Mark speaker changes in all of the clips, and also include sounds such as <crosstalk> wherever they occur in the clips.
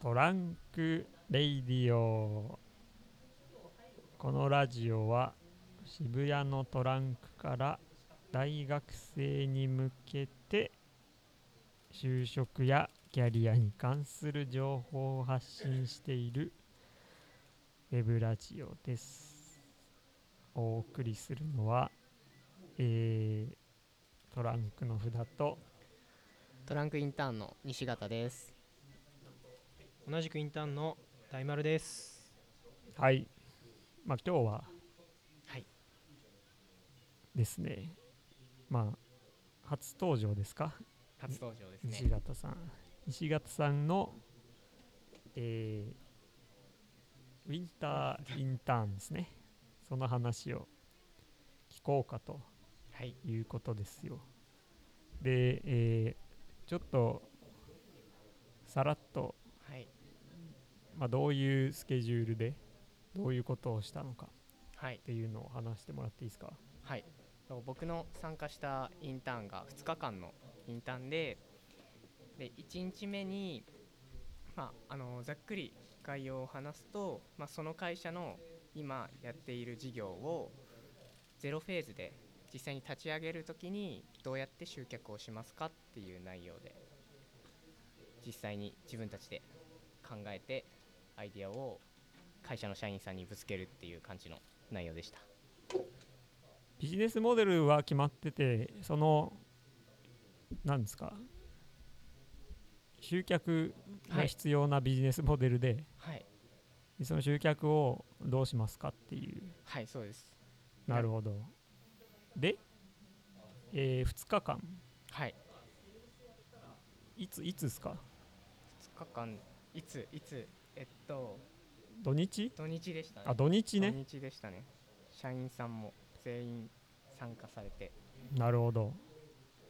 Speaker 1: トランクレイディオこのラジオは渋谷のトランクから大学生に向けて就職やキャリアに関する情報を発信しているウェブラジオですお送りするのは、えートランクの札と
Speaker 2: トランクインターンの西方です。
Speaker 3: 同じくインターンの大丸です
Speaker 1: はい。まあ今日は、
Speaker 2: はい。
Speaker 1: ですね。まあ、初登場ですか、
Speaker 2: 初登場です
Speaker 1: 西
Speaker 2: ね。
Speaker 1: 方さん。西方さんの、えーウィンターインターンですね。その話を聞こうかと
Speaker 2: はい。
Speaker 1: いうことですよ。で、えーちょっと、さらっと、
Speaker 2: はい。
Speaker 1: まあ、どういうスケジュールで、どういうことをしたのか。
Speaker 2: はい
Speaker 1: っ。ていうのを話してもらっていいですか
Speaker 2: はい。そう僕の参加したインターンが2日間のインターンで、で1日目に、まあ、あのざっくり概要を話すと、まあ、その会社の今やっている事業をゼロフェーズで実際に立ち上げるときにどうやって集客をしますかっていう内容で実際に自分たちで考えてアイディアを会社の社員さんにぶつけるっていう感じの内容でした。
Speaker 1: ビジネスモデルは決まっててそのなんですか集客が
Speaker 2: はい
Speaker 1: 必要なビジネスモデルで、
Speaker 2: はい
Speaker 1: その集客をどうしますかっていう
Speaker 2: はい、そうです。
Speaker 1: なるほどで、え2日間
Speaker 2: はい。
Speaker 1: いついつですか
Speaker 2: 2日間、いつ、いつ、えっと、
Speaker 1: 土日
Speaker 2: 土日でしたね。
Speaker 1: あ土日ね
Speaker 2: 土日でしたね。社員さんも全員参加されて、
Speaker 1: なるほど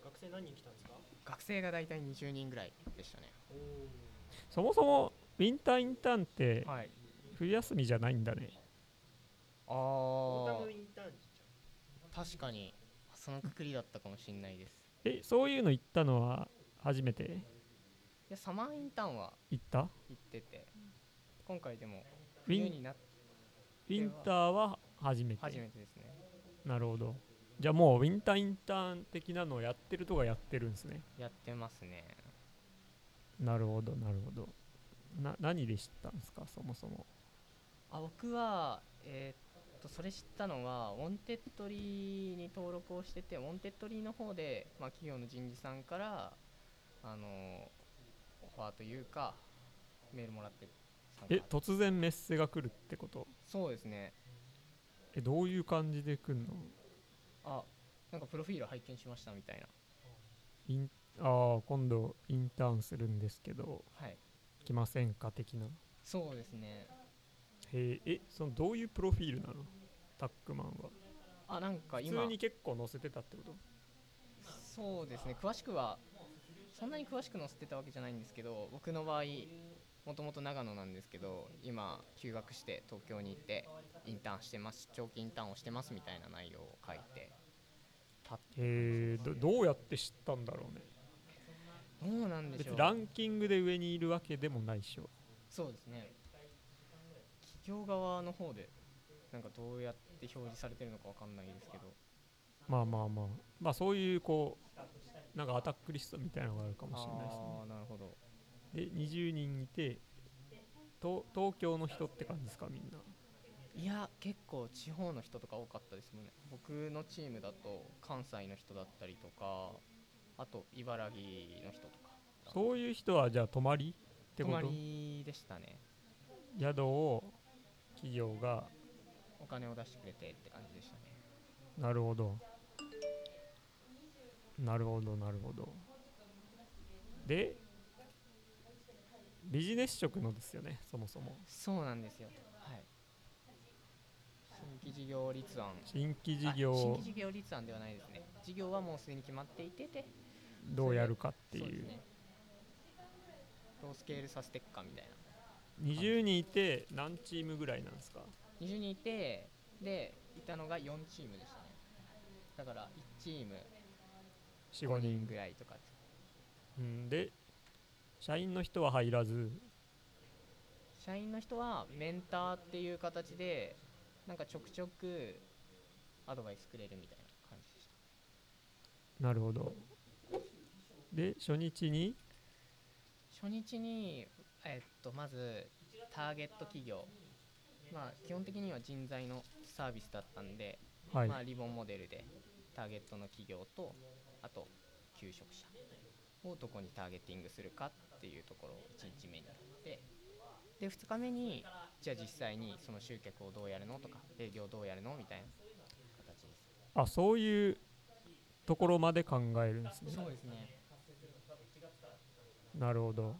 Speaker 3: 学生何人来たんですか
Speaker 2: 学生が大体20人ぐらいでしたね。
Speaker 3: お
Speaker 1: そもそもウィンターインターンって
Speaker 2: はい。
Speaker 1: 冬休みじゃないんだね
Speaker 2: あ
Speaker 3: インターン
Speaker 2: あ、確かに、そのくくりだったかもしれないです。
Speaker 1: えそういうの行ったのは初めて
Speaker 2: いや、サマーインターンは
Speaker 1: 行った
Speaker 2: 行ってて、今回でも、
Speaker 1: ウィン
Speaker 2: 冬になっ
Speaker 1: ウィンターは初めて
Speaker 2: 初めてですね。
Speaker 1: なるほどじゃあもうウィンターインターン的なのをやってるとかやってるんですね
Speaker 2: やってますね。
Speaker 1: なるほどなるほどな何で知ったんですかそもそも
Speaker 2: あ僕は、えーっとそれ知ったのはウォンテッドリーに登録をしててウォンテッドリーの方で、まあ、企業の人事さんからあのオファーというかメールもらって参加
Speaker 1: え突然メッセが来るってこと
Speaker 2: そうですね
Speaker 1: えどういう感じで来るの
Speaker 2: あなんかプロフィール拝見しましたみたいな
Speaker 1: インああ今度インターンするんですけど
Speaker 2: はい
Speaker 1: 来ませんか的な
Speaker 2: そうですね
Speaker 1: へええそのどういうプロフィールなのタックマンは
Speaker 2: あなんか
Speaker 1: 普
Speaker 2: 今
Speaker 1: 通に結構載せてたってこと
Speaker 2: そうですね詳しくはそんなに詳しく載せてたわけじゃないんですけど僕の場合もともと長野なんですけど今休学して東京に行ってインターンしてます長期インターンをしてますみたいな内容を書いて
Speaker 1: へえどどうやって知ったんだろうね
Speaker 2: どうなんでし
Speaker 1: 別
Speaker 2: ょう
Speaker 1: にランキングで上にいるわけでもないでしょ
Speaker 2: そうですね企業側の方でなんかどうやって表示されてるのかわかんないですけど
Speaker 1: まあまあまあまあそういうこうなんかアタックリストみたいなのがあるかもしれない
Speaker 2: ああーなるほど
Speaker 1: ですねで20人いてと東京の人って感じですかみんない
Speaker 2: や結構地方の人とか多かったですもんね僕のチームだと関西の人だったりとかあと茨城の人とか
Speaker 1: そういう人はじゃあ泊まりって
Speaker 2: 泊
Speaker 1: こ
Speaker 2: ま
Speaker 1: と
Speaker 2: りでしたね
Speaker 1: 宿を企業が
Speaker 2: お金を出してくれてって感じでしたね
Speaker 1: なるほどなるほどなるほどでビジネス職のですよねそもそも
Speaker 2: そうなんですよはい新規事業立案
Speaker 1: 新規事
Speaker 2: あ新
Speaker 1: 業を
Speaker 2: 規事業立案ではないですね事業はもうすでに決まっていてて
Speaker 1: どうやるかって
Speaker 2: そうで
Speaker 1: い
Speaker 2: す
Speaker 1: う
Speaker 2: ねどうスケールさせていくかみたいな
Speaker 1: 20人いて何チームぐらいなんですか
Speaker 2: 20人いてでいたのが4チームでしたねだから1チーム
Speaker 1: 45人
Speaker 2: ぐらいとか
Speaker 1: うん、で社員の人は入らず
Speaker 2: 社員の人はメンターっていう形でなんかちょくちょくアドバイスくれるみたいな感じでした
Speaker 1: なるほどで初日に
Speaker 2: 初日に、えっと、まずターゲット企業、まあ、基本的には人材のサービスだったんで、
Speaker 1: はい、
Speaker 2: まあ、リボンモデルでターゲットの企業とあと求職者をどこにターゲティングするかっていうところを1日目にやってで2日目にじゃあ実際にその集客をどうやるのとか営業どうやるのみたいな形です
Speaker 1: あそういうところまで考えるんですね
Speaker 2: そうですね
Speaker 1: なるほど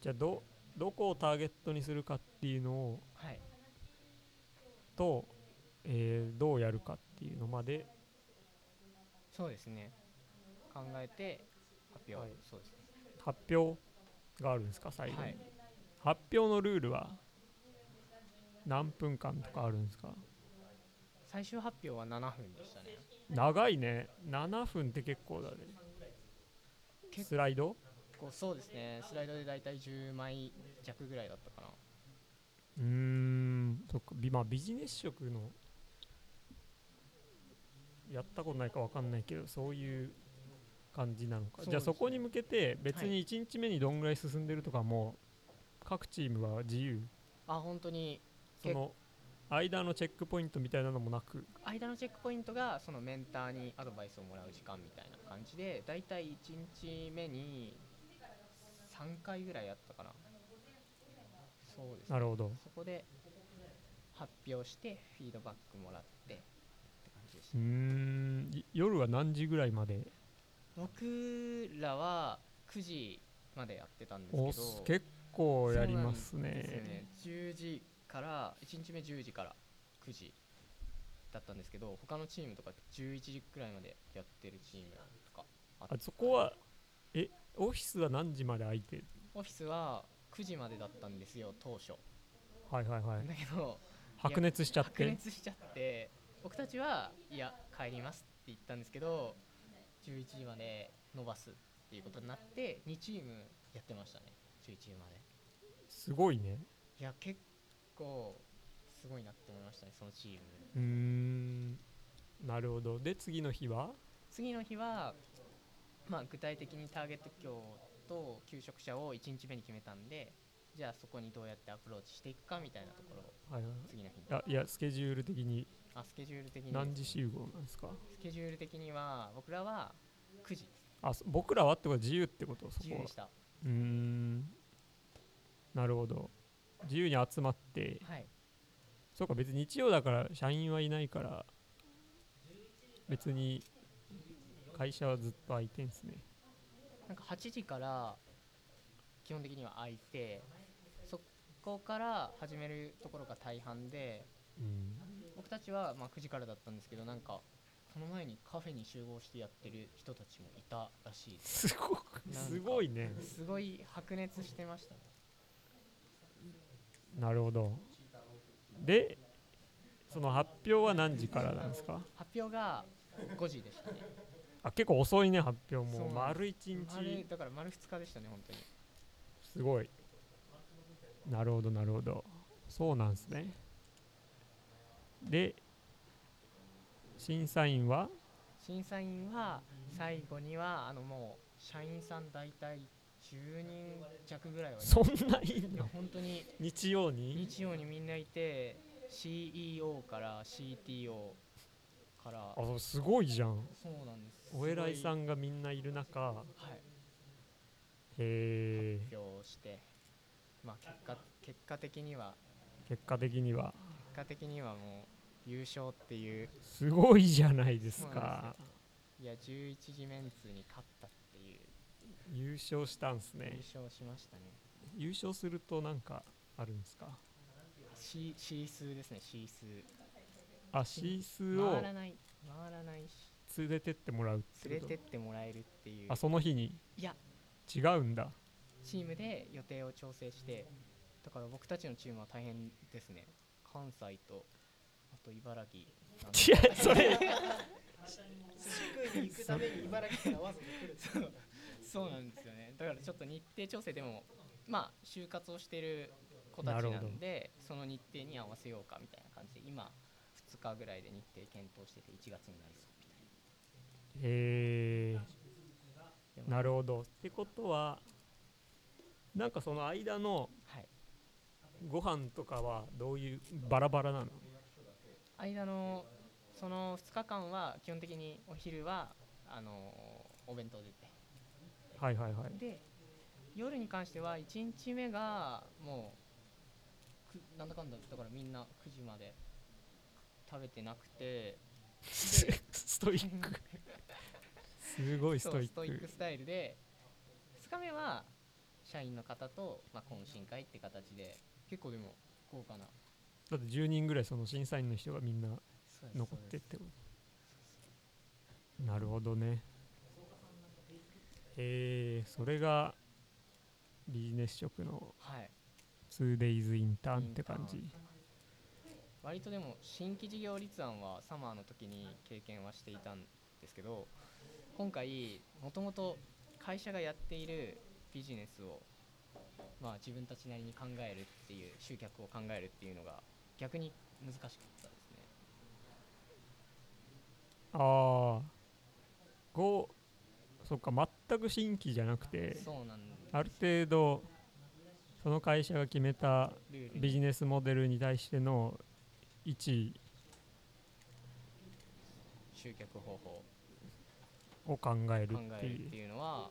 Speaker 1: じゃあどどこをターゲットにするかっていうのを
Speaker 2: はい
Speaker 1: と、えーどうやるかっていうのまで
Speaker 2: そうですね考えて発表、
Speaker 1: はい
Speaker 2: そうですね
Speaker 1: 発表があるんですか最後に、
Speaker 2: はい
Speaker 1: 発表のルールは何分間とかあるんですか
Speaker 2: 最終発表は7分でしたね
Speaker 1: 長いね7分って結構だね
Speaker 2: 結
Speaker 1: スライド
Speaker 2: こうそうですねスライドで大体10枚弱ぐらいだったかな
Speaker 1: うーんそっかビ,、まあ、ビジネス職のやったことないかわかんないけどそういう感じなのか、
Speaker 2: そうですね
Speaker 1: じゃあそこに向けて別
Speaker 2: は
Speaker 1: に1日目にどんぐらい進んでるとかも、各チームは自由
Speaker 2: あ本当に
Speaker 1: その間のチェックポイントみたいなのもなく
Speaker 2: 間のチェックポイントがそのメンターにアドバイスをもらう時間みたいな感じで大体1日目に3回ぐらいやったかなそうですね
Speaker 1: なるほど
Speaker 2: そこで発表してフィードバックもらってって感じでし
Speaker 1: う
Speaker 2: た
Speaker 1: ーんい夜は何時ぐらいまで
Speaker 2: 僕らは9時までやってたんですけ
Speaker 1: お
Speaker 2: ど
Speaker 1: す結構やります
Speaker 2: ですよ
Speaker 1: ね
Speaker 2: ね10時から1日目10時から9時だったんですけど他のチームとか11時くらいまでやってるチームとかあ
Speaker 1: あそこはえオフィスは何時まで空いてる
Speaker 2: オフィスは9時までだったんですよ当初
Speaker 1: はいはいはい
Speaker 2: だけど
Speaker 1: 白熱しちゃっ
Speaker 2: 白
Speaker 1: て
Speaker 2: 熱しちゃって僕たちはいや帰りますって言ったんですけど11時まで伸ばすっていうことになって2チームやってましたね11時まです
Speaker 1: ごいね
Speaker 2: いや結構すごいなって思いましたねそのチーム
Speaker 1: うーんなるほどで次の日は
Speaker 2: 次の日は、まあ、具体的にターゲット教と求職者を1日目に決めたんでじゃあそこにどうやってアプローチしていくかみたいなところを
Speaker 1: はいはい
Speaker 2: 次の日に
Speaker 1: あいやスケジュール的に
Speaker 2: あスケジュール的に
Speaker 1: 何時
Speaker 2: ですね
Speaker 1: 集合なんですか
Speaker 2: スケジュール的には僕らは9時です
Speaker 1: あそ僕らはってことは自由ってことそ
Speaker 2: 自由
Speaker 1: こは
Speaker 2: でした
Speaker 1: うーんなるほど自由に集まって
Speaker 2: はい
Speaker 1: そうか別に日曜だから社員はいないから別に会社はずっと空いてんすね
Speaker 2: なんか8時から基本的には空いてそこから始めるところが大半で
Speaker 1: うん
Speaker 2: 僕たちはまあ9時からだったんですけどなんかこの前にカフェに集合してやってる人たちもいたらしいで
Speaker 1: <laughs>
Speaker 2: す
Speaker 1: すごく
Speaker 2: なんか
Speaker 1: すごいね
Speaker 2: すごい白熱してましたね。
Speaker 1: なるほどでその発表は何時からなんですか
Speaker 2: 発表が5時でしたね。
Speaker 1: あ結構遅いね発表
Speaker 2: そ
Speaker 1: も
Speaker 2: うなんです
Speaker 1: 丸一
Speaker 2: 丸
Speaker 1: 日
Speaker 2: だから丸2日でしたね、本当に。
Speaker 1: すごいなるほどなるほどそうなんですねで審査員は
Speaker 2: 審査員は最後にはあのもう社員さん大体10人弱ぐらいはい
Speaker 1: そんないん
Speaker 2: いや
Speaker 1: <laughs> の
Speaker 2: 本当に
Speaker 1: 日曜に
Speaker 2: 日曜にみんないて CEO から CTO から
Speaker 1: あそうすごいじゃん
Speaker 2: そうなんです。
Speaker 1: お偉いさ
Speaker 2: ん
Speaker 1: んがみんないる中
Speaker 2: はい
Speaker 1: へえ
Speaker 2: 発表して、まあ結果結果的には
Speaker 1: 結果的には
Speaker 2: 結果的にはもう優勝っていう。
Speaker 1: すごいじゃないです
Speaker 2: そうな
Speaker 1: か
Speaker 2: んですよいや11時メンツに勝ったっていう
Speaker 1: 優勝したんす
Speaker 2: 優
Speaker 1: ね
Speaker 2: 勝しましたね
Speaker 1: 優勝するとなんかあるんですか
Speaker 2: シーシースーですねシースー
Speaker 1: あシース
Speaker 2: 回
Speaker 1: ーを
Speaker 2: らない回らないし
Speaker 1: 連れてってもらうって
Speaker 2: 連れ
Speaker 1: こ
Speaker 2: て
Speaker 1: と
Speaker 2: ってもらえるっていう
Speaker 1: あその日に
Speaker 2: いや
Speaker 1: 違うんだ
Speaker 2: チームで予定を調整してだから僕たちのチームは大変ですね関西とあと茨城なんで
Speaker 1: いやそ <laughs> れ
Speaker 2: 食いに行くために茨城からわざと来るそうそうなんですよねだからちょっと日程調整でもまあ就活をしてる子たちなんでその日程に合わせようかみたいな感じで今2日ぐらいで日程検討してて1月になりそうみたい
Speaker 1: え
Speaker 2: で
Speaker 1: ー、
Speaker 2: も
Speaker 1: なるほど。ってことは、なんかその間の
Speaker 2: な、はい、
Speaker 1: ご飯とかはどういうバラバラなの
Speaker 2: 間のその2日間は基本的にお昼はあのお弁当で
Speaker 1: はいはいはい。
Speaker 2: で夜に関しては1日目がもうくなんだかんだだからみんな9時まで食べてなくて
Speaker 1: ストイック。すごいス
Speaker 2: そ
Speaker 1: ト
Speaker 2: う
Speaker 1: イ
Speaker 2: ストイ
Speaker 1: ッ
Speaker 2: ッ
Speaker 1: ク
Speaker 2: ク。スタイルで2日目は社員の方と、まあ、懇親会って形で結構でも豪華な
Speaker 1: だって10人ぐらいその審査員の人がみんな残ってってことなるほどねえー、それがビジネス職の
Speaker 2: はい
Speaker 1: 2days インターンって感
Speaker 2: イ
Speaker 1: じ
Speaker 2: ン割とでも新規事業立案はサマーの時に経験はしていたんですけど今回もともと会社がやっているビジネスを、まあ、自分たちなりに考えるっていう集客を考えるっていうのが逆に難しかったですね
Speaker 1: ああ5そっか全く新規じゃなくて
Speaker 2: そうなん
Speaker 1: ある程度その会社が決めた
Speaker 2: ルールに
Speaker 1: ビジネスモデルに対しての位置
Speaker 2: 集客方法を
Speaker 1: を考える
Speaker 2: 考
Speaker 1: って
Speaker 2: える
Speaker 1: い
Speaker 2: っ
Speaker 1: う
Speaker 2: ていうのは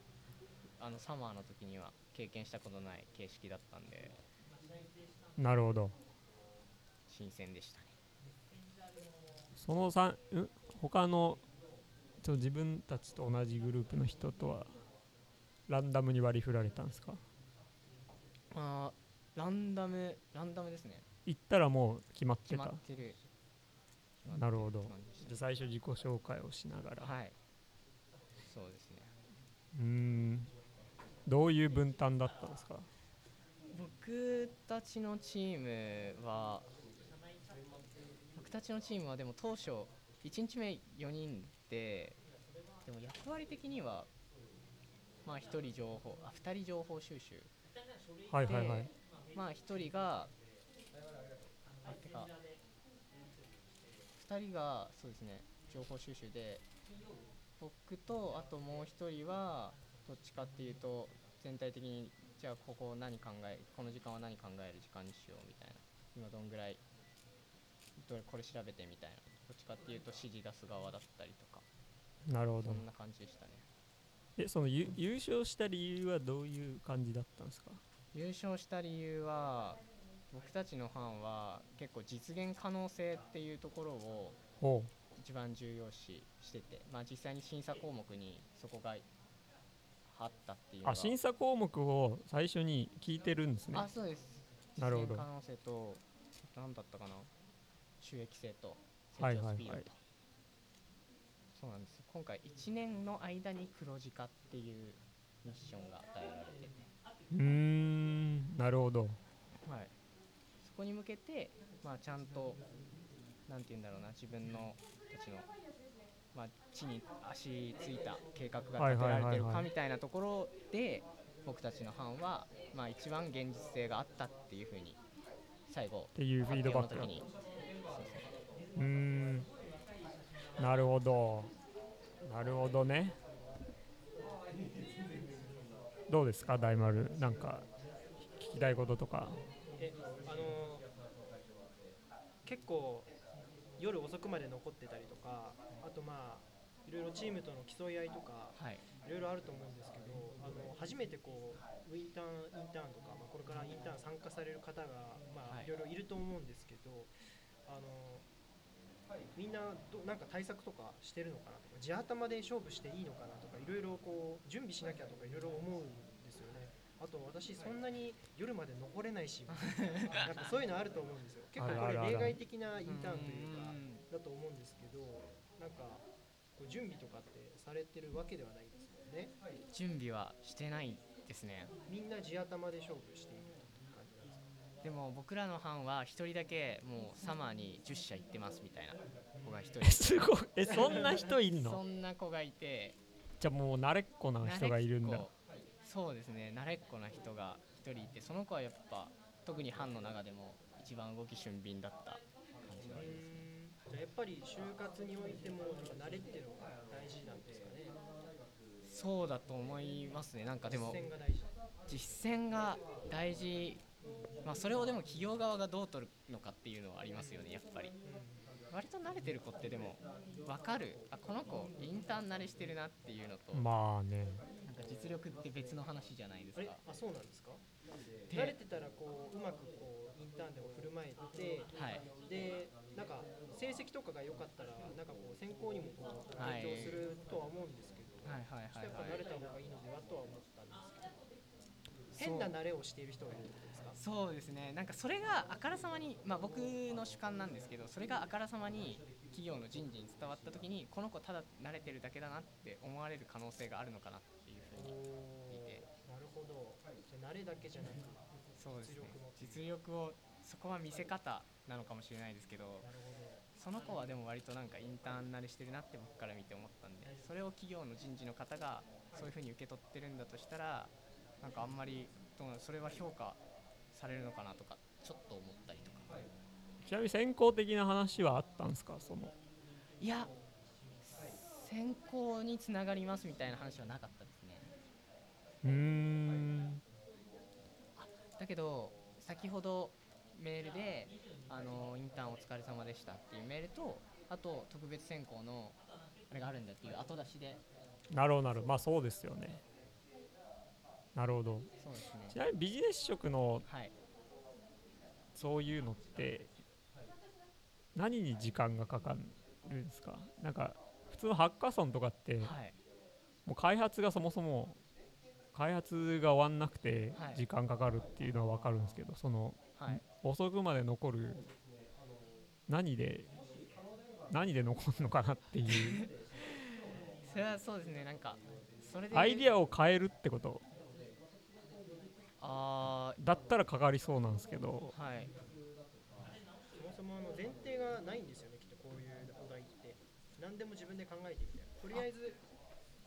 Speaker 2: あのサマーの時には経験したことない形式だったんで
Speaker 1: なるほど
Speaker 2: 新鮮でしたね
Speaker 1: その三ん他のちょ自分たちと同じグループの人とはランダムに割り振られたんですか
Speaker 2: あーランダムランダムですね
Speaker 1: 行ったらもう決まって
Speaker 2: 決ま
Speaker 1: た
Speaker 2: ってる
Speaker 1: なるほど
Speaker 2: 決まってる
Speaker 1: じゃあ最初自己紹介をしながら、
Speaker 2: はいそうですね
Speaker 1: うーんどういう分担だったんですか
Speaker 2: 僕たちのチームは僕たちのチームはでも当初1日目4人ででも役割的にはまあ1人情報あ2人情報収集
Speaker 1: はい
Speaker 2: で、
Speaker 1: はいはい
Speaker 2: まあ1人があてか2人がそうですね情報収集で僕とあともう1人はどっちかっていうと全体的にじゃあここ何考えこの時間は何考える時間にしようみたいな今どんぐらいどれこれ調べてみたいなどっちかっていうと指示出す側だったりとか
Speaker 1: なるほ
Speaker 2: そ
Speaker 1: ど
Speaker 2: んな感じでしたね
Speaker 1: えそのゆ優勝した理由はどういう感じだったんですか
Speaker 2: 優勝した理由は僕たちのファンは結構実現可能性っていうところを
Speaker 1: ほう
Speaker 2: 一番重要視してて、まあ、実際に審査項目にそこがあったっていうのが
Speaker 1: あ審査項目を最初に聞いてるんですね
Speaker 2: あそうです
Speaker 1: なるほど
Speaker 2: 実現可能性と何だったかな収益性と
Speaker 1: は
Speaker 2: 成
Speaker 1: いはいは
Speaker 2: 長
Speaker 1: い
Speaker 2: スピードと、そうなんです今回1年の間に黒字化っていうミッションが与えられてて
Speaker 1: うーんなるほど
Speaker 2: はい、そこに向けて、まあ、ちゃんと、なんて言うんだろうな、自分のたちの、まあ、地に足ついた計画が立てられてる
Speaker 1: はいはいはいは
Speaker 2: か
Speaker 1: い
Speaker 2: みたいなところで、僕たちの班は、まあ、一番現実性があったっていうふうに、最後、
Speaker 1: っていうフィードバック
Speaker 2: 発
Speaker 1: だ
Speaker 2: 表
Speaker 1: った
Speaker 2: の時にそうですね
Speaker 1: うーんなるほどなるほどねどうですか大丸なんか聞きたいこととか
Speaker 3: えあの結構夜遅くまで残ってたりとかあとまあいろいろチームとの競い合いとか
Speaker 2: はい、
Speaker 3: いろいろあると思うんですけどあの初めてこうウィンターンインターンとか、まあ、これからインターン参加される方が、まあ
Speaker 2: はい
Speaker 3: い、ろいろいると思うんですけどあのみんなどなんか対策とかしてるのかなとか地頭で勝負していいのかなとかいろいろこう準備しなきゃとかいろいろ思うんですよね。あと私そんなに夜まで残れない
Speaker 1: <laughs>
Speaker 3: しなんかそういうのあると思うんですよ結構こ
Speaker 1: あ
Speaker 3: れ
Speaker 1: るあるある
Speaker 3: 例外的なインターンというか
Speaker 2: うーん
Speaker 3: だと思うんですけどなんかこう準備とかってされてるわけではないですもんね
Speaker 2: 準備はしてないですね。
Speaker 3: みんな地頭で勝負しているという感じです
Speaker 2: でも僕らの班は1人だけもうサマーに10社行ってますみたいな子が1人
Speaker 1: <laughs> すごいえそんな人いん <laughs>
Speaker 2: そ
Speaker 1: の
Speaker 2: んな子がいて
Speaker 1: じゃあもう慣れっこな人がいるん
Speaker 2: 慣
Speaker 1: だ
Speaker 2: れっこそうですね慣れっこな人が人いてその子はやっぱ特に班の中でも一番動き俊敏だった感じがありますね
Speaker 3: じゃあやっぱり就活においてもやっぱ慣れっていうのが大事なんですかね
Speaker 2: そうだと思いますねなんかでも
Speaker 3: 実践が大
Speaker 2: 実践が大
Speaker 3: 事
Speaker 2: 事まあそれをでも企業側がどう取るのかっていうのはありますよねやっぱり割と慣れてる子ってでも分かるあこの子インターン慣れしてるなっていうのと、
Speaker 1: まあね
Speaker 2: なんか実力って別の話じゃないです
Speaker 3: あれ
Speaker 2: か
Speaker 3: あそうなんですか
Speaker 2: で
Speaker 3: 慣れてたらこううまくこうインターンでも振る舞えて
Speaker 2: はい
Speaker 3: でなんか成績とかが良かったらなんかこう選考にもこう影響するとは思うんですけど、
Speaker 2: はいはい
Speaker 3: ちょっとやっぱ
Speaker 2: はい
Speaker 3: 慣
Speaker 2: は
Speaker 3: れ
Speaker 2: い
Speaker 3: た方がいいのではとは思ったんですけど
Speaker 2: そう
Speaker 3: 変な慣れをしている人がいるってことですか
Speaker 2: そうですねなんかそれがあからさまに、まあ、僕の主観なんですけどそれがあからさまに企業の人事に伝わった時にこの子ただ慣れてるだけだなって思われる可能性があるのかなっていうふうに
Speaker 3: おーなるほどじゃあ慣れだけじゃなく
Speaker 2: そうですね
Speaker 3: 実力
Speaker 2: 実
Speaker 3: も
Speaker 2: 力をそこは見せ方なのかもしれないですけど
Speaker 3: なるほど
Speaker 2: その子はでも割となんかインターン慣れしてるなって僕から見て思ったんでそれを企業の人事の方がそういうふうに受け取ってるんだとしたらなんかあんまりどうなのそれは評価されるのかなとかちょっと思ったりとか
Speaker 1: ちなみに先行的な話はあったんですかその
Speaker 2: いや選考につながりますみたいな話はなかったですね
Speaker 1: うーん
Speaker 2: だけど先ほどメールであのインターンお疲れ様でしたっていうメールとあと特別選考のあれがあるんだっていう後出しで
Speaker 1: なるほどなるほどまあそうですよねなるほど
Speaker 2: そうです
Speaker 1: ち
Speaker 2: ね
Speaker 1: なみにビジネス職の
Speaker 2: はい
Speaker 1: そういうのって何に時間がかかるんですかなんか普通のハッカソンとかって
Speaker 2: はい
Speaker 1: もう開発がそもそも開発が終わんなくて
Speaker 2: はい
Speaker 1: 時間かかるっていうのは分かるんですけどその
Speaker 2: はい
Speaker 1: 遅くまで残る何で何で残るのかなっていう
Speaker 2: <laughs> それはそうですねなんかそれで
Speaker 1: アイディ
Speaker 2: ア
Speaker 1: アを変えるってこと
Speaker 2: あ
Speaker 1: だったらかかりそうなんですけど
Speaker 2: ーはい
Speaker 3: そもそもあの前提がないんですよねきっとこういうお題って何でも自分で考えてみたいなとりあえず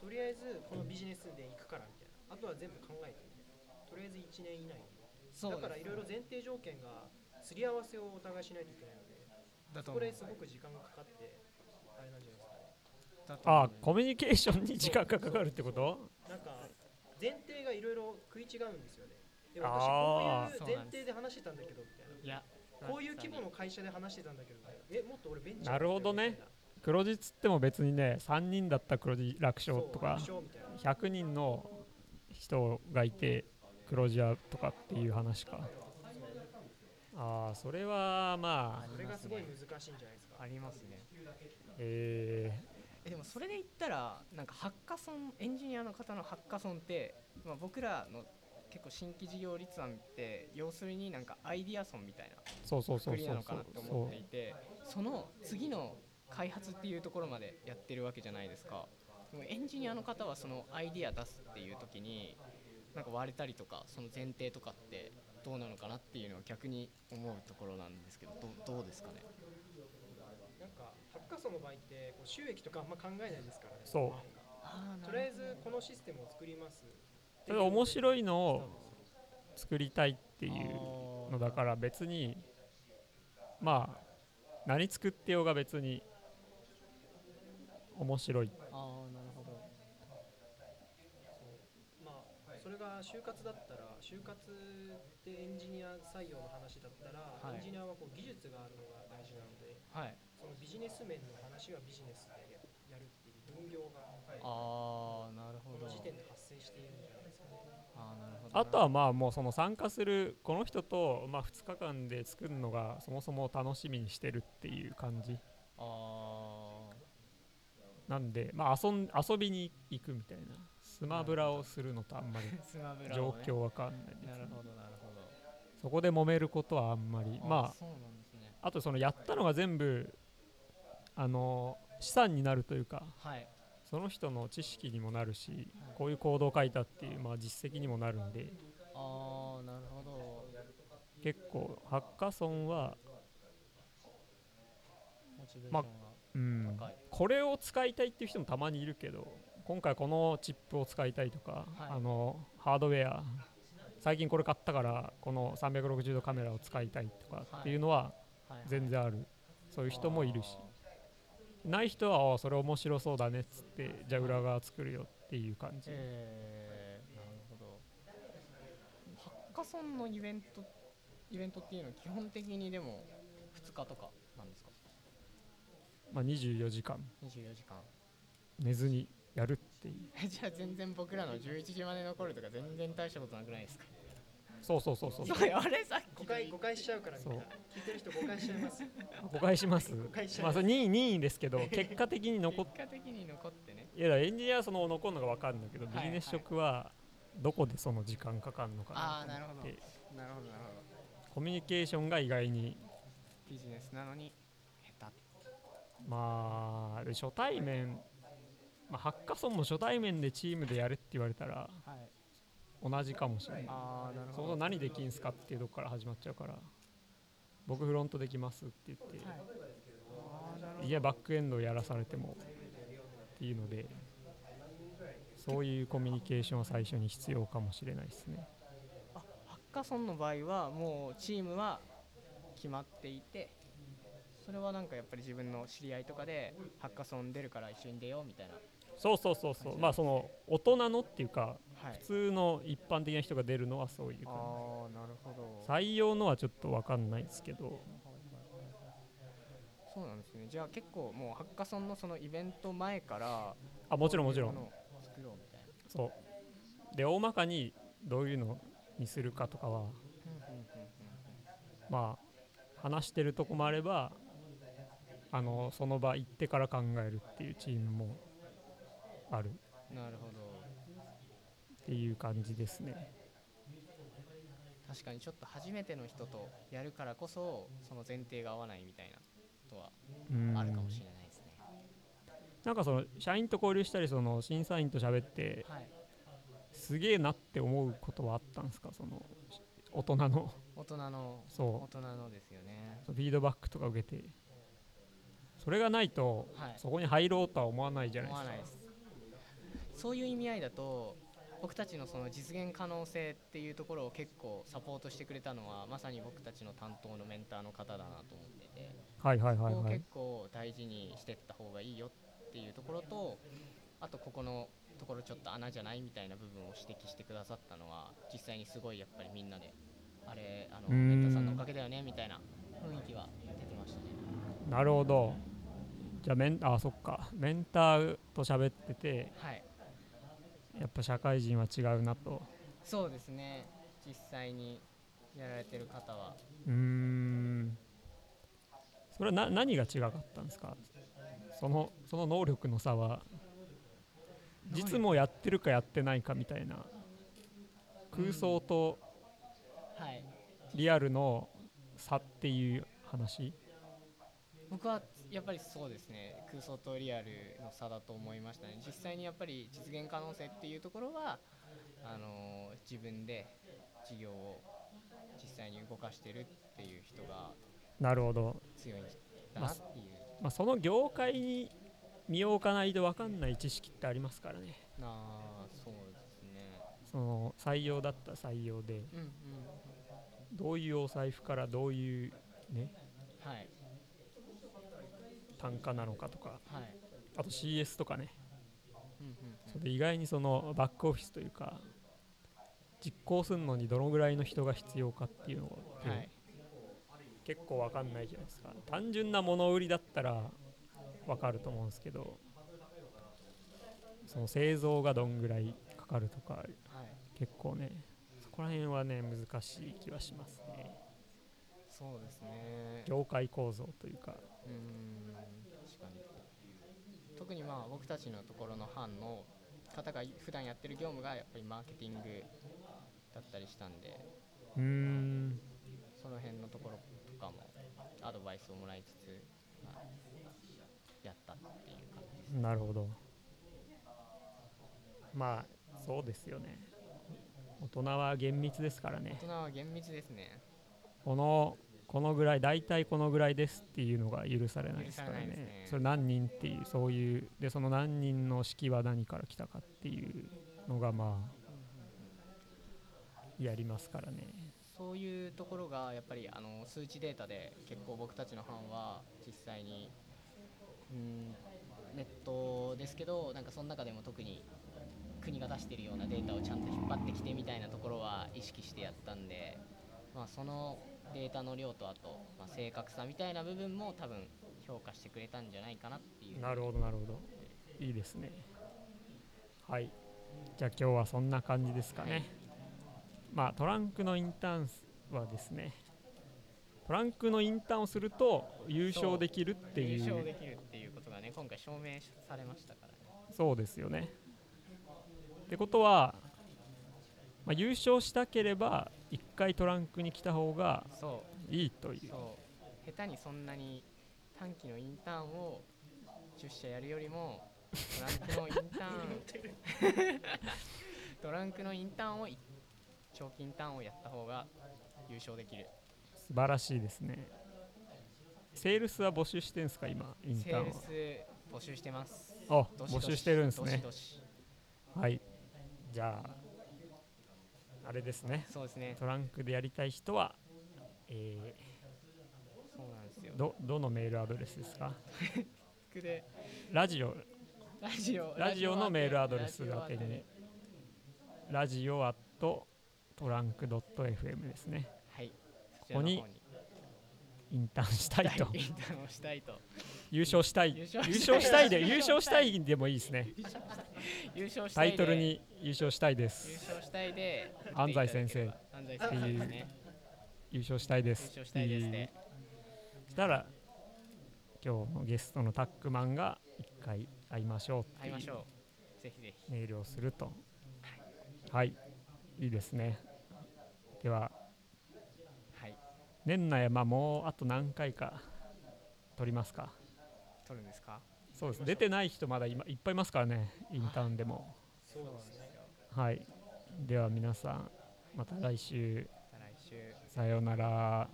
Speaker 3: とりあえずこのビジネスで行くからみたいなあとは全部考えてみたいなとりあえず1年以内に
Speaker 2: そう
Speaker 3: だからいろいろ
Speaker 2: です
Speaker 3: 前提条件がすり合わせをお互いしないといけないので
Speaker 2: だと思
Speaker 3: こ
Speaker 2: う
Speaker 3: れすごく時間がかかってあれなんじゃないですかね
Speaker 2: だと思
Speaker 1: あ
Speaker 2: う
Speaker 1: コミュニケーションに時間がかかるってこと
Speaker 3: なんか前提がいろいろ食い違うんですよね。で私
Speaker 1: あ
Speaker 3: こ
Speaker 1: ー
Speaker 3: ういう前提で話してたんだけどみたい
Speaker 2: いや
Speaker 3: な。こういう規模の会社で話してたんだけどみたいな。え、もっと俺ベンチャーだ
Speaker 1: なるほどね黒字っつっても別にね3人だったら黒字楽
Speaker 3: みたいな。
Speaker 1: 勝とか
Speaker 3: そうみたいな
Speaker 1: 100人の人がいて黒字はとかっていう話かああそれはまあ
Speaker 3: それがすごい難しいんじゃないですか。
Speaker 2: ありますね
Speaker 1: え
Speaker 2: えでもそれで言ったらなんかハッカソンエンジニアの方のハッカソンって、まあ、僕らの結構新規事業立案って要するになんかアイディアソンみたいな
Speaker 1: ーそうそうそ
Speaker 2: 作
Speaker 1: う
Speaker 2: り
Speaker 1: そ
Speaker 2: なの
Speaker 1: う
Speaker 2: か
Speaker 1: そ
Speaker 2: な
Speaker 1: う
Speaker 2: と思っていてその次の開発っていうところまでやってるわけじゃないですかでもエンジニアの方はそのアイディア出すっていう時になんか割れたりとかその前提とかってどうなのかなっていうのは逆に思うところなんですけどどうどうですかね
Speaker 3: なんかハッカソンの場合ってこう収益とかあんま考えないですからね。
Speaker 1: そう
Speaker 3: とりあえずこのシステムを作ります。
Speaker 1: ただ面白いの
Speaker 3: そう
Speaker 1: を作りたいっていうのだから別にまあ何作ってようが別に面白い
Speaker 2: あーあーなるほど
Speaker 3: まあそれが就活だったら就活ってエンジニア採用の話だったら、
Speaker 2: はい
Speaker 3: エンジニアはこう技術があるのが大事なので。
Speaker 2: はい
Speaker 3: そのビジネス面の話はビジネスでやるっていう分業がこ
Speaker 2: ああなるほど
Speaker 3: の時点で発生しているんじゃないですかね。
Speaker 2: あーなるほどな
Speaker 1: あとはまあもうその参加するこの人とまあ2日間で作るのがそもそも楽しみにしてるっていう感じ
Speaker 2: あ
Speaker 1: なんで、まあ、遊ん遊びに行くみたいなスマブラをするのとあんまり
Speaker 2: ースマブラ
Speaker 1: 状
Speaker 2: をね
Speaker 1: 況わかんないですね
Speaker 2: なるほどなるほど
Speaker 1: そこで揉めることはあんまりま
Speaker 2: そうなんですね
Speaker 1: ああとそのやったのが全部あの資産になるというか
Speaker 2: はい
Speaker 1: その人の知識にもなるしこういう行動を書いたっていう、まあ、実績にもなるんで
Speaker 2: ああなるほど
Speaker 1: 結構ハッカソンは、
Speaker 2: モチベーショ
Speaker 1: ま
Speaker 2: ンが
Speaker 1: うん、
Speaker 2: 高い、
Speaker 1: これを使いたいっていう人もたまにいるけど今回このチップを使いたいとか、
Speaker 2: はい
Speaker 1: あのハードウェア最近これ買ったからこの360度カメラを使いたいとかっていうのは
Speaker 2: はいはい
Speaker 1: 全然ある、そういう人もいるしない人はあーそれ面白そうだねっつってじゃあ裏側作るよっていう感じ、
Speaker 2: えー、なるほどハッカソンのイベントイベントっていうのは基本的にでも2日とかなんですか
Speaker 1: まあ、24時間
Speaker 2: 24時間
Speaker 1: 寝ずにやるっていう
Speaker 2: <laughs> じゃあ全然僕らの11時まで残るとか全然大したことなくないですか
Speaker 1: そうそう <laughs> そうそう
Speaker 2: そうあれさっ
Speaker 3: 誤
Speaker 2: き
Speaker 3: 解誤解しちゃうからみんな
Speaker 1: そう
Speaker 3: 聞いてる人誤解しちゃいますよ
Speaker 1: 誤解します
Speaker 3: 誤解しちゃ
Speaker 1: ま
Speaker 3: いま
Speaker 1: あ
Speaker 3: す
Speaker 1: それ任意任意ですけ <laughs> ど結果的に残っ
Speaker 2: 結果的に残ってね
Speaker 1: いやだからエンジニアはその残るのが分かるんだけど、
Speaker 2: はいはい
Speaker 1: ビジネス職はどこでその時間かかるのか
Speaker 2: ああ
Speaker 1: な
Speaker 2: な
Speaker 1: と
Speaker 2: るほ
Speaker 1: 思
Speaker 2: ど
Speaker 1: って
Speaker 2: なるほどなるほど
Speaker 1: コミュニケーションが意外に
Speaker 2: ビジネスなのに下手
Speaker 1: まあで初対面、まあ、ハッカソンも初対面でチームでやれって言われたら
Speaker 2: はい
Speaker 1: 同じかもしれない
Speaker 2: ああなる
Speaker 1: そもそも何できんすかっていうとこから始まっちゃうから僕フロントできますって言って、
Speaker 2: はいあーなるほど
Speaker 1: いやバックエンドをやらされてもっていうのでそういうコミュニケーションは最初に必要かもしれないですね
Speaker 2: あハッカソンの場合はもうチームは決まっていてそれはなんかやっぱり自分の知り合いとかでハッカソン出るから一緒に出ようみたいな、
Speaker 1: そうそうそうそうまあその大人のっていうか
Speaker 2: は
Speaker 1: 普、
Speaker 2: い
Speaker 1: 通の一般的な人が出るのはそういう
Speaker 2: あ
Speaker 1: 感
Speaker 2: あなるほど
Speaker 1: じ採用のはちょっと分かんないですけど
Speaker 2: そうなんですねじゃあ結構もうハッカソンのそのイベント前から
Speaker 1: あもちろんもちろ
Speaker 2: こうんいうものを作ろうみたいな
Speaker 1: そうで大まかにどういうのにするかとかはまあ話してるとこもあればあのその場行ってから考えるっていうチームもある
Speaker 2: なるほど
Speaker 1: っていう感じですね
Speaker 2: 確かにちょっと初めての人とやるからこそその前提が合わないみたいなことは
Speaker 1: うん
Speaker 2: あるかもしれないですね、
Speaker 1: なんかその社員と交流したりその審査員と喋って
Speaker 2: はい
Speaker 1: すげえなって思うことはあったんですかその大人の
Speaker 2: 大人の大
Speaker 1: そ
Speaker 2: 人のですよね
Speaker 1: うフィードバックとか受けてそれがないと
Speaker 2: はい
Speaker 1: そこに入ろうとは思わないじゃない
Speaker 2: 思
Speaker 1: です
Speaker 2: わ
Speaker 1: か
Speaker 2: ないですそういう意味合いだと僕たちのその実現可能性っていうところを結構サポートしてくれたのはまさに僕たちの担当のメンターの方だなと思ってて
Speaker 1: はいはいはい
Speaker 2: ここを
Speaker 1: はい
Speaker 2: 結構大事にしてった方がいいよっていうところとあとここのところちょっと穴じゃないみたいな部分を指摘してくださったのは実際にすごいやっぱりみんなであれあの
Speaker 1: うーん
Speaker 2: メンターさんのおかげだよねみたいな雰囲気は出てましたね
Speaker 1: なるほどじゃあメンあそっかメンターと喋ってて
Speaker 2: はい
Speaker 1: やっぱ社会人は違うなと
Speaker 2: そうですね実際にやられてる方は
Speaker 1: うーんそれはな何が違かったんですかそのその能力の差は実もやってるかやってないかみたいな空想と
Speaker 2: はい
Speaker 1: リアルの差っていう話
Speaker 2: 僕はやっぱりそうですね空想とリアルの差だと思いましたね実際にやっぱり実現可能性っていうところはあのー自分で事業を実際に動かしてるっていう人が
Speaker 1: なるほど、
Speaker 2: 強いんだなっていう、
Speaker 1: まあ、その業界に身を置かないと分かんない知識ってありますからね
Speaker 2: なあそうですね
Speaker 1: その採用だったら採用で
Speaker 2: うんうん
Speaker 1: どういうお財布からどういう、ね、
Speaker 2: はい
Speaker 1: 単価なのかとか
Speaker 2: はい
Speaker 1: あと CS とかね
Speaker 2: うんうん
Speaker 1: それで意外にそのバックオフィスというか実行するのにどのぐらいの人が必要かっていうの
Speaker 2: うん
Speaker 1: が、
Speaker 2: はい
Speaker 1: 結構わかんないじゃないですか単純な物売りだったらわかると思うんですけどその製造がどんぐらいかかるとか
Speaker 2: はい
Speaker 1: 結構ねそこら辺はね難しい気はしますね
Speaker 2: そうですね
Speaker 1: 業界構造というか
Speaker 2: うーん確かに特にまあ僕たちのところの班の方が普段やってる業務がやっぱりマーケティングだったりしたんで
Speaker 1: うーん
Speaker 2: その辺のところとかもアドバイスをもらいつつ、まあやったっていう感じです
Speaker 1: なるほどまあそうですよね大人は厳密ですからね
Speaker 2: 大人は厳密ですね
Speaker 1: このこのぐらい大体このぐらいですっていうのが許されないですから
Speaker 2: 許され
Speaker 1: ね
Speaker 2: ないですね
Speaker 1: それ何人っていうそういうでその何人の式は何から来たかっていうのがまあやりますからね
Speaker 2: そういうところがやっぱりあの数値データで結構僕たちの班は実際にうんネットですけどなんかその中でも特に国が出しているようなデータをちゃんと引っ張ってきてみたいなところは意識してやったんで、まあ、そのデータの量とあと、まあ、正確さみたいな部分も多分評価してくれたんじゃないかなっていう
Speaker 1: なるほどなるほどいいですねはいじゃあ今日はそんな感じですかね、
Speaker 2: はい
Speaker 1: まあトランクのインターンはですねトランクのインターンをすると優勝できるってい
Speaker 2: 優勝
Speaker 1: う
Speaker 2: できるっていうことがね今回証明されましたからね
Speaker 1: そうですよねってことは、まあ、優勝したければ1回トランクに来た方が
Speaker 2: そう
Speaker 1: いいという
Speaker 2: そう下手にそんなに短期のインターンを10社やるよりもトランクのインターン
Speaker 1: <laughs>
Speaker 2: トランクのインターンをい長期インターンをやった方が優勝できる
Speaker 1: 素晴らしいですねセールスは募集してんすか今イン
Speaker 2: セ
Speaker 1: ター
Speaker 2: ー
Speaker 1: ン
Speaker 2: ルス募集してます
Speaker 1: はあ
Speaker 2: どしど
Speaker 1: 募
Speaker 2: し
Speaker 1: 集してるんですね
Speaker 2: どしどし
Speaker 1: はいじゃああれですね
Speaker 2: そうですね
Speaker 1: トランクでやりたい人は、え
Speaker 2: そうなんですよ
Speaker 1: ーどどのメールアドレスですか
Speaker 2: で
Speaker 1: ラジオ
Speaker 2: ラジオ
Speaker 1: ラジオのメールアドレス宛て
Speaker 2: ラジオ
Speaker 1: に
Speaker 2: 宛て
Speaker 1: ラジオアットトランクドット FM ですね
Speaker 2: はいこ
Speaker 1: こにインターンしたい
Speaker 2: インタ
Speaker 1: と
Speaker 2: ーンをしたいと
Speaker 1: 優勝したい
Speaker 2: 優
Speaker 1: 優
Speaker 2: 勝した
Speaker 1: 勝
Speaker 2: い
Speaker 1: したいで
Speaker 2: 優
Speaker 1: 優
Speaker 2: 勝
Speaker 1: 勝
Speaker 2: し
Speaker 1: したた
Speaker 2: い
Speaker 1: いでもいいですね
Speaker 2: 優勝した
Speaker 1: タ
Speaker 2: い
Speaker 1: イ
Speaker 2: で
Speaker 1: トルに優勝したいで
Speaker 2: 優
Speaker 1: す
Speaker 2: 勝したいで
Speaker 1: 安西先生
Speaker 2: 安西先生ですね
Speaker 1: 優勝したいで
Speaker 2: 優
Speaker 1: す
Speaker 2: 勝したいですね
Speaker 1: したら今日のゲストのタックマンが一回会いましょうって
Speaker 2: 会いまし
Speaker 1: う
Speaker 2: ょうぜひぜひ
Speaker 1: メールをするとはいいいですねでは
Speaker 2: はい
Speaker 1: 年内はまあもうあと何回か取りますか
Speaker 2: 取るんですか
Speaker 1: そうです出てない人まだ今いっぱいいますからねインターンでも
Speaker 2: そうなんですよ
Speaker 1: はいでは皆さんまた来週
Speaker 2: また来週
Speaker 1: さようなら